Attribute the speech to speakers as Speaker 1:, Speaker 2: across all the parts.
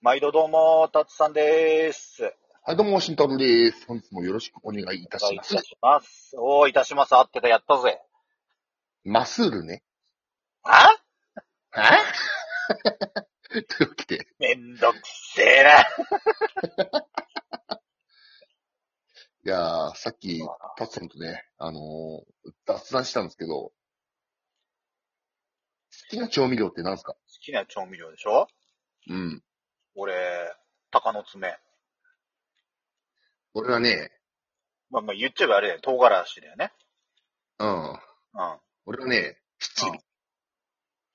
Speaker 1: 毎度どうも、たつさんです。
Speaker 2: はい、どうも、慎太郎です。本日もよろしくお願いいたし
Speaker 1: い
Speaker 2: ま
Speaker 1: た
Speaker 2: す。
Speaker 1: します。おー、いたします。合ってた、やったぜ。
Speaker 2: マスールね。
Speaker 1: あ
Speaker 2: はぁ というわけで、
Speaker 1: めんどくせえな。
Speaker 2: いやー、さっき、タツさんとね、あのー、雑談したんですけど、好きな調味料って何すか
Speaker 1: 好きな調味料でしょ
Speaker 2: うん。
Speaker 1: 俺、鷹の爪。
Speaker 2: 俺はね、
Speaker 1: まあまあ言っちゃえばあれだよ、唐辛子だよね。
Speaker 2: うん。
Speaker 1: うん。
Speaker 2: 俺はね、七味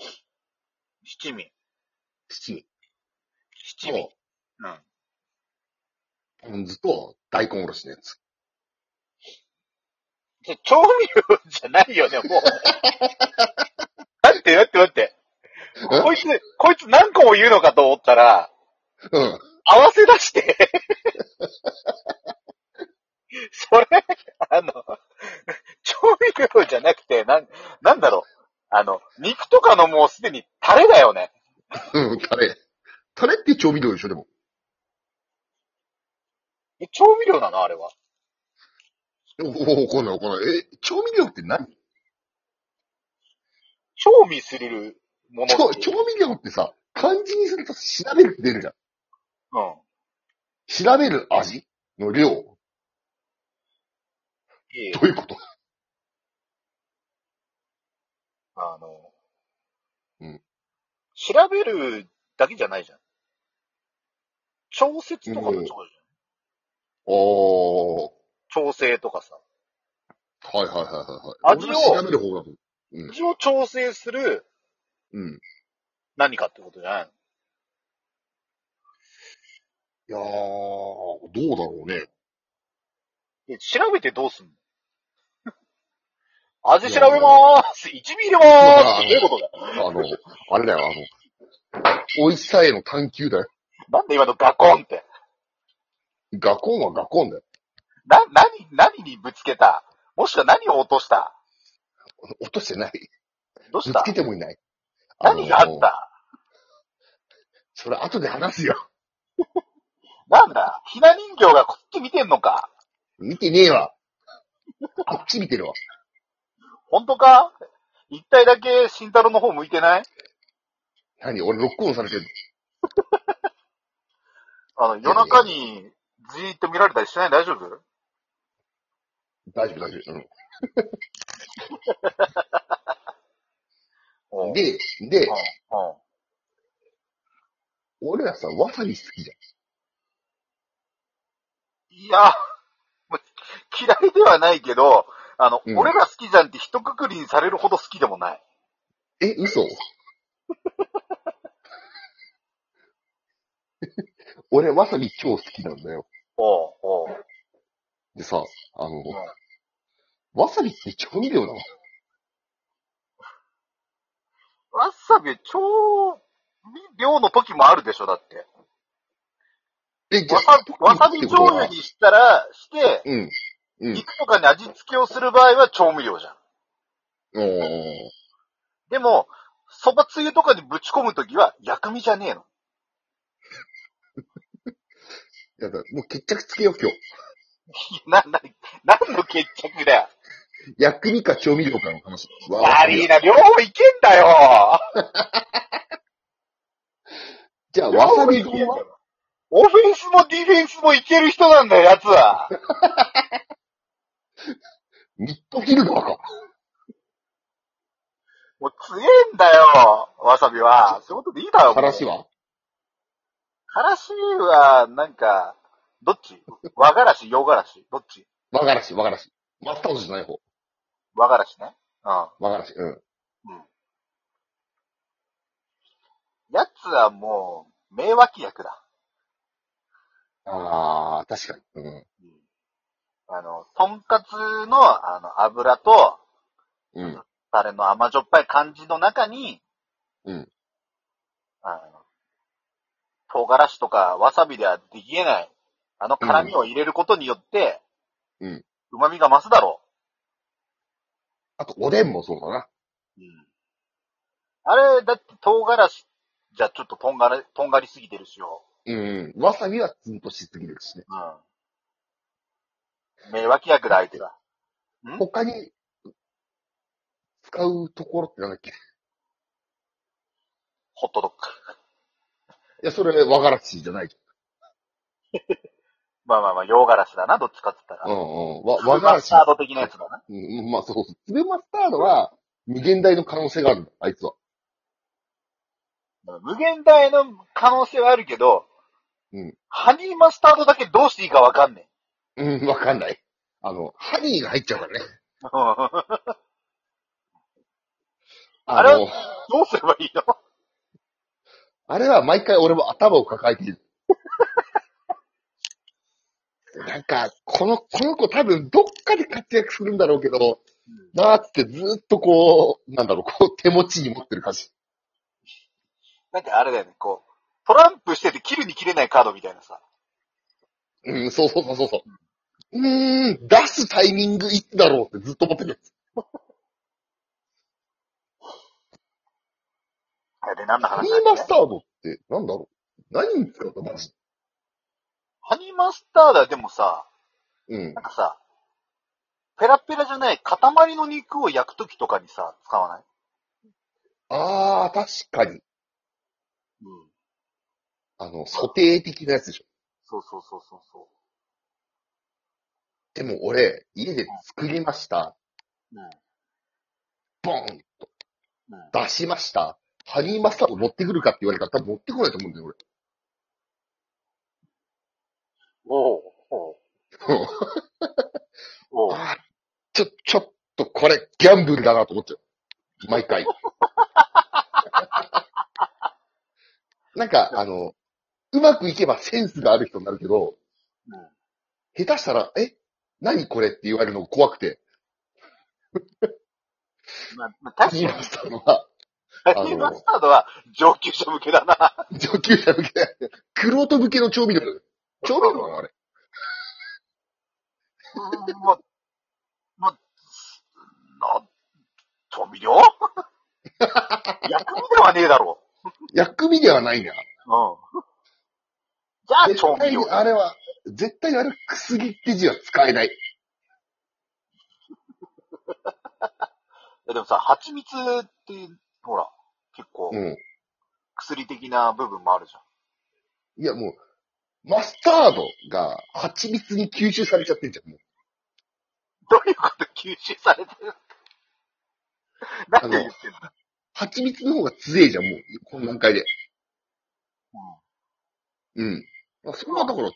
Speaker 1: うん。七味。
Speaker 2: 七味。
Speaker 1: 七味。うん。
Speaker 2: と、ポン酢と大根おろしのやつ。
Speaker 1: じゃ、調味料じゃないよね、もう。待って、待って、待って。こいつ、こいつ何個も言うのかと思ったら、
Speaker 2: うん。
Speaker 1: 合わせ出して。それ、あの、調味料じゃなくて、なん、なんだろう。あの、肉とかのもうすでにタレだよね。
Speaker 2: うん、タレ。タレって調味料でしょ、でも。
Speaker 1: え調味料なのあれは。
Speaker 2: おお、怒んない、怒んない。え、調味料って何
Speaker 1: 調味するもの
Speaker 2: 調
Speaker 1: って
Speaker 2: 調味料ってさ、漢字にすると調べるって出るじゃん。
Speaker 1: うん。
Speaker 2: 調べる味の量。ど
Speaker 1: いえ
Speaker 2: ういうこと
Speaker 1: あの、
Speaker 2: うん。
Speaker 1: 調べるだけじゃないじゃん。調節とかもそうじゃん。
Speaker 2: おー。
Speaker 1: 調整とかさ。
Speaker 2: はいはいはいはいはい。
Speaker 1: 味を
Speaker 2: 俺は調べる方が。うん
Speaker 1: 味を調整する
Speaker 2: うん。
Speaker 1: 何かってことじゃないの
Speaker 2: いやー、どうだろうね。
Speaker 1: で、調べてどうすんの 味調べまーす !1 ミリ入れまーすってどういうことだよ
Speaker 2: あの、あれだよ、あの、美味しさへの探求だよ。
Speaker 1: なんで今のガコンって。
Speaker 2: ガコンはガコンだよ。
Speaker 1: な、何、何にぶつけたもしくは何を落とした
Speaker 2: 落としてない。
Speaker 1: どう
Speaker 2: ぶ
Speaker 1: し
Speaker 2: つ
Speaker 1: た
Speaker 2: けてもいない。
Speaker 1: 何があっ
Speaker 2: の
Speaker 1: た
Speaker 2: それ後で話すよ。
Speaker 1: なんだひな人形がこっち見てんのか
Speaker 2: 見てねえわ。あっち見てるわ。
Speaker 1: 本当か一体だけ慎太郎の方向いてない
Speaker 2: 何俺ロックオンされてる。
Speaker 1: あの、夜中にじーっと見られたりしない大丈夫
Speaker 2: 大丈夫大丈夫。うん。
Speaker 1: おう
Speaker 2: で、で、
Speaker 1: うんうん
Speaker 2: 俺らさ、わさび好きじ
Speaker 1: いや、 嫌いではないけど、あの、
Speaker 2: うん
Speaker 1: 俺が好きじゃんって一括りにされるほど好きでもない。
Speaker 2: ゃん。え、嘘 俺、わさび超好きなんだよ。
Speaker 1: おうおう
Speaker 2: でさ、あの、
Speaker 1: ん
Speaker 2: わさびって調味料なの
Speaker 1: わさび超量の時もあるでしょ、だって。
Speaker 2: え、
Speaker 1: わさわさび醤油にしたら、して、
Speaker 2: うん。うん
Speaker 1: 肉とかに味付けをする場合は調味料じゃん。
Speaker 2: おー
Speaker 1: でも、そばつゆとかにぶち込む時は薬味じゃねえの。
Speaker 2: やだ、もう決着つけよう、今日。
Speaker 1: いやな、な、何の決着だよ。
Speaker 2: 薬味か調味料かの話。わ
Speaker 1: 悪いな、両方いけんだよ。
Speaker 2: じゃあ、わさ
Speaker 1: 両
Speaker 2: び
Speaker 1: 方いけん
Speaker 2: 丼
Speaker 1: だ
Speaker 2: は
Speaker 1: よオフェンスもディフェンスもいける人なんだよ、奴は。
Speaker 2: ミッドフィルダーか。
Speaker 1: もう強えんだよ、わさびは。そういうことでいいだろ、もう
Speaker 2: からし。は
Speaker 1: からしは、なんか、どっち和がらし、洋がらし、どっち
Speaker 2: 和がらし、和がらし。マスタードじゃない方。
Speaker 1: 和がらしね。うん。
Speaker 2: 和がらし、うん。
Speaker 1: やつはもう、名脇役だ。
Speaker 2: あー、確かに。うん。
Speaker 1: あの、とんかつの、あの、油と、
Speaker 2: うん。
Speaker 1: タレの甘じょっぱい感じの中に、
Speaker 2: うん。
Speaker 1: あの、唐辛子とかわさびではできえない、あの辛味を入れることによって、
Speaker 2: うん。
Speaker 1: 旨味が増すだろ
Speaker 2: あと、おでんもそうだな。
Speaker 1: う。うん。あれ、だって唐辛子じゃちょっととんがり、とんがりすぎてるしよ。
Speaker 2: うん。わさびはツンとしすぎるしね。
Speaker 1: うん。迷惑役だ、相手が。
Speaker 2: 他に、使うところってなんだっけい
Speaker 1: ホットドッグ。
Speaker 2: や、それ、和がらしじゃない。
Speaker 1: まあまあまあ、洋ガラシだな、どっちかって言った
Speaker 2: うんう
Speaker 1: ら。
Speaker 2: ん。わ、和が
Speaker 1: マ
Speaker 2: ら
Speaker 1: ス
Speaker 2: し。
Speaker 1: タード的なやつだな。
Speaker 2: うん、まあそうそう。粒マスタードは、無限大の可能性があるんだ、あいつは。
Speaker 1: 無限大の可能性はあるけど、
Speaker 2: うん
Speaker 1: ハニーマスタードだけどうしていいかわかんね
Speaker 2: うん、わかんない。あの、ハニーが入っちゃうから
Speaker 1: え。
Speaker 2: ね。
Speaker 1: ど
Speaker 2: あ
Speaker 1: あ
Speaker 2: の、
Speaker 1: うすればいいの
Speaker 2: あれは毎回俺も頭を抱えてる。 なんか、この、この子多分どっかで活躍するんだろうけど、なーってずーっとこう、なんだろう、こう手持ちに持ってる感じ。
Speaker 1: なんかあれだよね、こう、トランプしてて切るに切れないカードみたいなさ。
Speaker 2: うん、そうそうそうそうそう。うーん、出すタイミングいつだろうってずっと思ってるやつ。
Speaker 1: で、何の
Speaker 2: ハ
Speaker 1: 話
Speaker 2: ニ
Speaker 1: だっ
Speaker 2: ーマ
Speaker 1: け
Speaker 2: スタードって、なんだろう。何に使うんだ、マジで。
Speaker 1: ハニーマスタードはでもさ、
Speaker 2: うん
Speaker 1: な。んかさ、ペラペラじゃない塊の肉を焼くときとかにさ、使わない
Speaker 2: あー、確かに。
Speaker 1: うん。
Speaker 2: あの、ソテー的なやつでしょ。
Speaker 1: そうそうそうそうそ
Speaker 2: でも俺、家で作りました。
Speaker 1: う。うん。
Speaker 2: ボーン
Speaker 1: うん。
Speaker 2: 出しました。ハニーマスタード持ってくるかって言われたら多分持ってこないと思うんだよ、
Speaker 1: おうおう
Speaker 2: 俺。
Speaker 1: おう
Speaker 2: あーちょ、ちょっとこれ、ギャンブルだなと思っちゃう。毎回。 なんか、あの、うまくいけばセンスがある人になるけ
Speaker 1: う
Speaker 2: ど、
Speaker 1: ん
Speaker 2: 下手したら、え何これって言われるのが怖くて、
Speaker 1: まあまあ、
Speaker 2: ハ
Speaker 1: 確か
Speaker 2: ニ
Speaker 1: に
Speaker 2: ー、マスタードは
Speaker 1: ハニーマスタードは上級者向けだな。
Speaker 2: 上級者向けだよ。クロート向けの調味料だよ。調味料なのあれ。
Speaker 1: うんま、ま、な、調味 料薬味ではねえだろ
Speaker 2: 薬味ではないんだよ。
Speaker 1: う。うん。じゃあ、
Speaker 2: 絶
Speaker 1: 調
Speaker 2: 対
Speaker 1: 味料
Speaker 2: に。あれは、絶対にあれは薬って字は使えない。
Speaker 1: えでもさ、蜂蜜って、ほら、結構、
Speaker 2: うん。
Speaker 1: 薬的な部分もあるじゃん。
Speaker 2: いやもう、マスタードが蜂蜜に吸収されちゃってんじゃん。もう
Speaker 1: どういうこと吸収されてる何言ってんの
Speaker 2: 蜂蜜の方が強いじゃん、もう。この段階で。うん。まあ、それはだから、ちょっ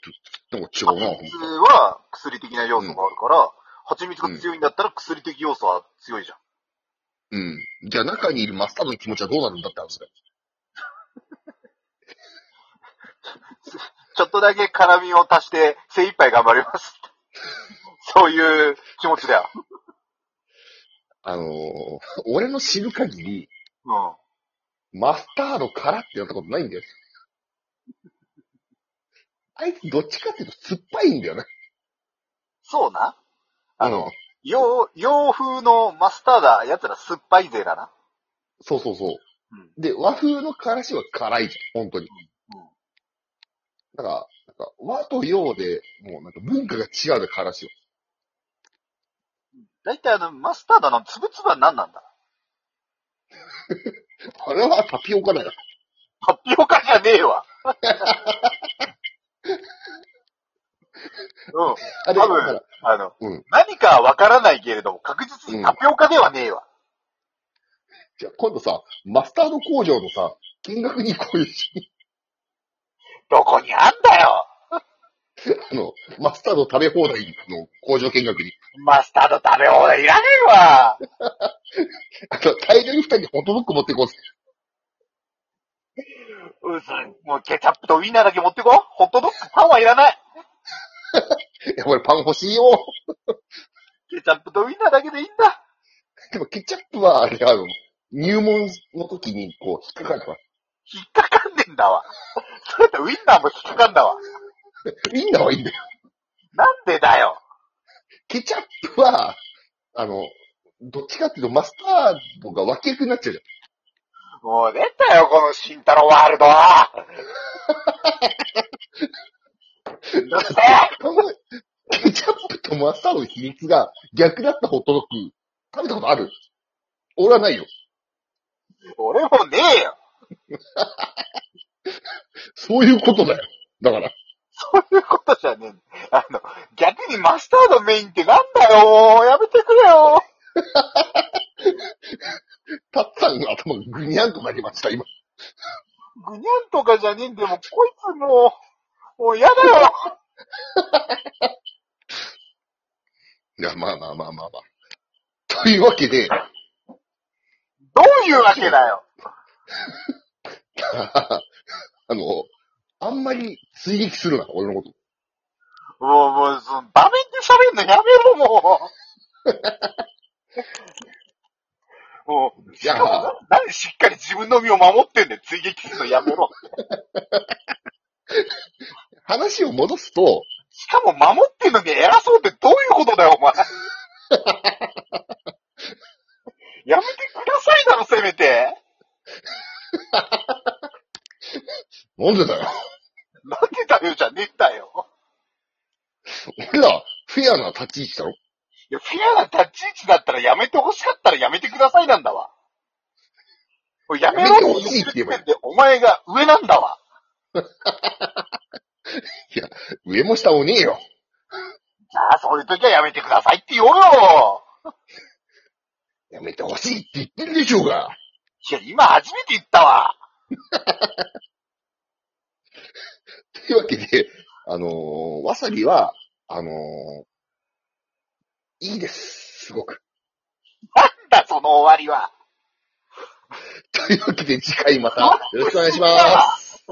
Speaker 2: となんか違うな、ほん
Speaker 1: 蜂蜜は薬的な要素があるから、蜂蜜が強いんだったら薬的要素は強いじゃん。
Speaker 2: うん。じゃあ中にいるマスタードの気持ちはどうなるんだって話だよ。
Speaker 1: ちょっとだけ辛みを足して精一杯頑張ります。 そういう気持ちだよ。
Speaker 2: あのー、 俺の知る限り、
Speaker 1: うん。
Speaker 2: マスタードからってやったことないんだよ。あいつどっちかっていうと酸っぱいんだよね。
Speaker 1: そうな。
Speaker 2: あの、
Speaker 1: 洋、洋風のマスターだ、やつら酸っぱい勢だな。
Speaker 2: そうそうそう。
Speaker 1: うん。
Speaker 2: で、和風のからしは辛いじゃん、本当に。
Speaker 1: うんうん
Speaker 2: だから、なんか和と洋で、もうなんか文化が違うで、からしは。
Speaker 1: だいたいあの、マスターだのつぶつぶは何なんだ
Speaker 2: あれはタピオカだよ。
Speaker 1: タピオカじゃねえわ。 うん。
Speaker 2: あ
Speaker 1: 多
Speaker 2: れ、だ
Speaker 1: 分
Speaker 2: から、
Speaker 1: あの、
Speaker 2: うん
Speaker 1: 何かはわからないけれども、確実にタピオカではねえわ。
Speaker 2: じゃあ今度さ、マスタード工場のさ、見学にこういうし、
Speaker 1: どこにあんだよ
Speaker 2: あの、マスタード食べ放題の工場見学に。
Speaker 1: マスタード食べ放題いらねえわ
Speaker 2: あと、大量に二人でホットドッグ持っていこうぜ。
Speaker 1: うず、もうケチャップとウインナーだけ持ってこう。ホットドッグ、パンはいらない。
Speaker 2: いや、俺パン欲しいよ。
Speaker 1: ケチャップとウインナーだけでいいんだ。
Speaker 2: でもケチャップは、あれ、あの、入門の時にこう、引っかかるから。
Speaker 1: 引っかかんねえんだわ。 それだったらウインナーも引っかかんだわ。
Speaker 2: みんなはいいんだよ。
Speaker 1: なんでだよ。
Speaker 2: ケチャップは、あの、どっちかっていうとマスタードが脇役になっちゃうじゃん
Speaker 1: もう出たよ、この慎太郎ワールドは。だって
Speaker 2: 考え、ケチャップとマスタードの比率が逆だったホットドッグ、食べたことある俺はないよ。
Speaker 1: 俺もねえよ。
Speaker 2: そういうことだよ。だから、
Speaker 1: そういうことじゃねえ。あの、逆にマスタードメインってなんだよ、もうやめてくれよ。
Speaker 2: たっさんの頭がぐにゃんとなりました、今。
Speaker 1: ぐにゃんとかじゃねえんで、もうこいつもう、もうやだよ。
Speaker 2: いや、まあまあまあまあまあ。というわけで、
Speaker 1: どういうわけだよ。
Speaker 2: あの、あんまり追撃するな、俺のこと。
Speaker 1: もう、もう、その、場面で喋んのやめろ、もう。もう、
Speaker 2: いや
Speaker 1: しかもな、なんでしっかり自分の身を守ってんだよ。追撃するのやめろ。
Speaker 2: 話を戻すと、
Speaker 1: しかも守ってんのに偉そうってどういうことだよ、お前。やめてくださいだろ、せめて。
Speaker 2: なんでだよ。
Speaker 1: なんでだよ、じゃねえんだよ。
Speaker 2: 俺ら、フェアな立ち位置だろ
Speaker 1: いや、フェアな立ち位置だったらやめて欲しかったらやめてくださいなんだわ。もうやめろ
Speaker 2: やめてほしいって言えばいい
Speaker 1: 時点でお前が上なんだわ。
Speaker 2: 上も下もねえよ。
Speaker 1: じゃあ、そういう時はやめてくださいって言おうよ。
Speaker 2: やめてほしいって言ってるでしょうが。
Speaker 1: いや、今初めて言ったわ。
Speaker 2: というわけで、あのーわさびは、あのーいいです。すごく。
Speaker 1: なんだ、その終わりは。
Speaker 2: というわけで次回またよろしくお願いします。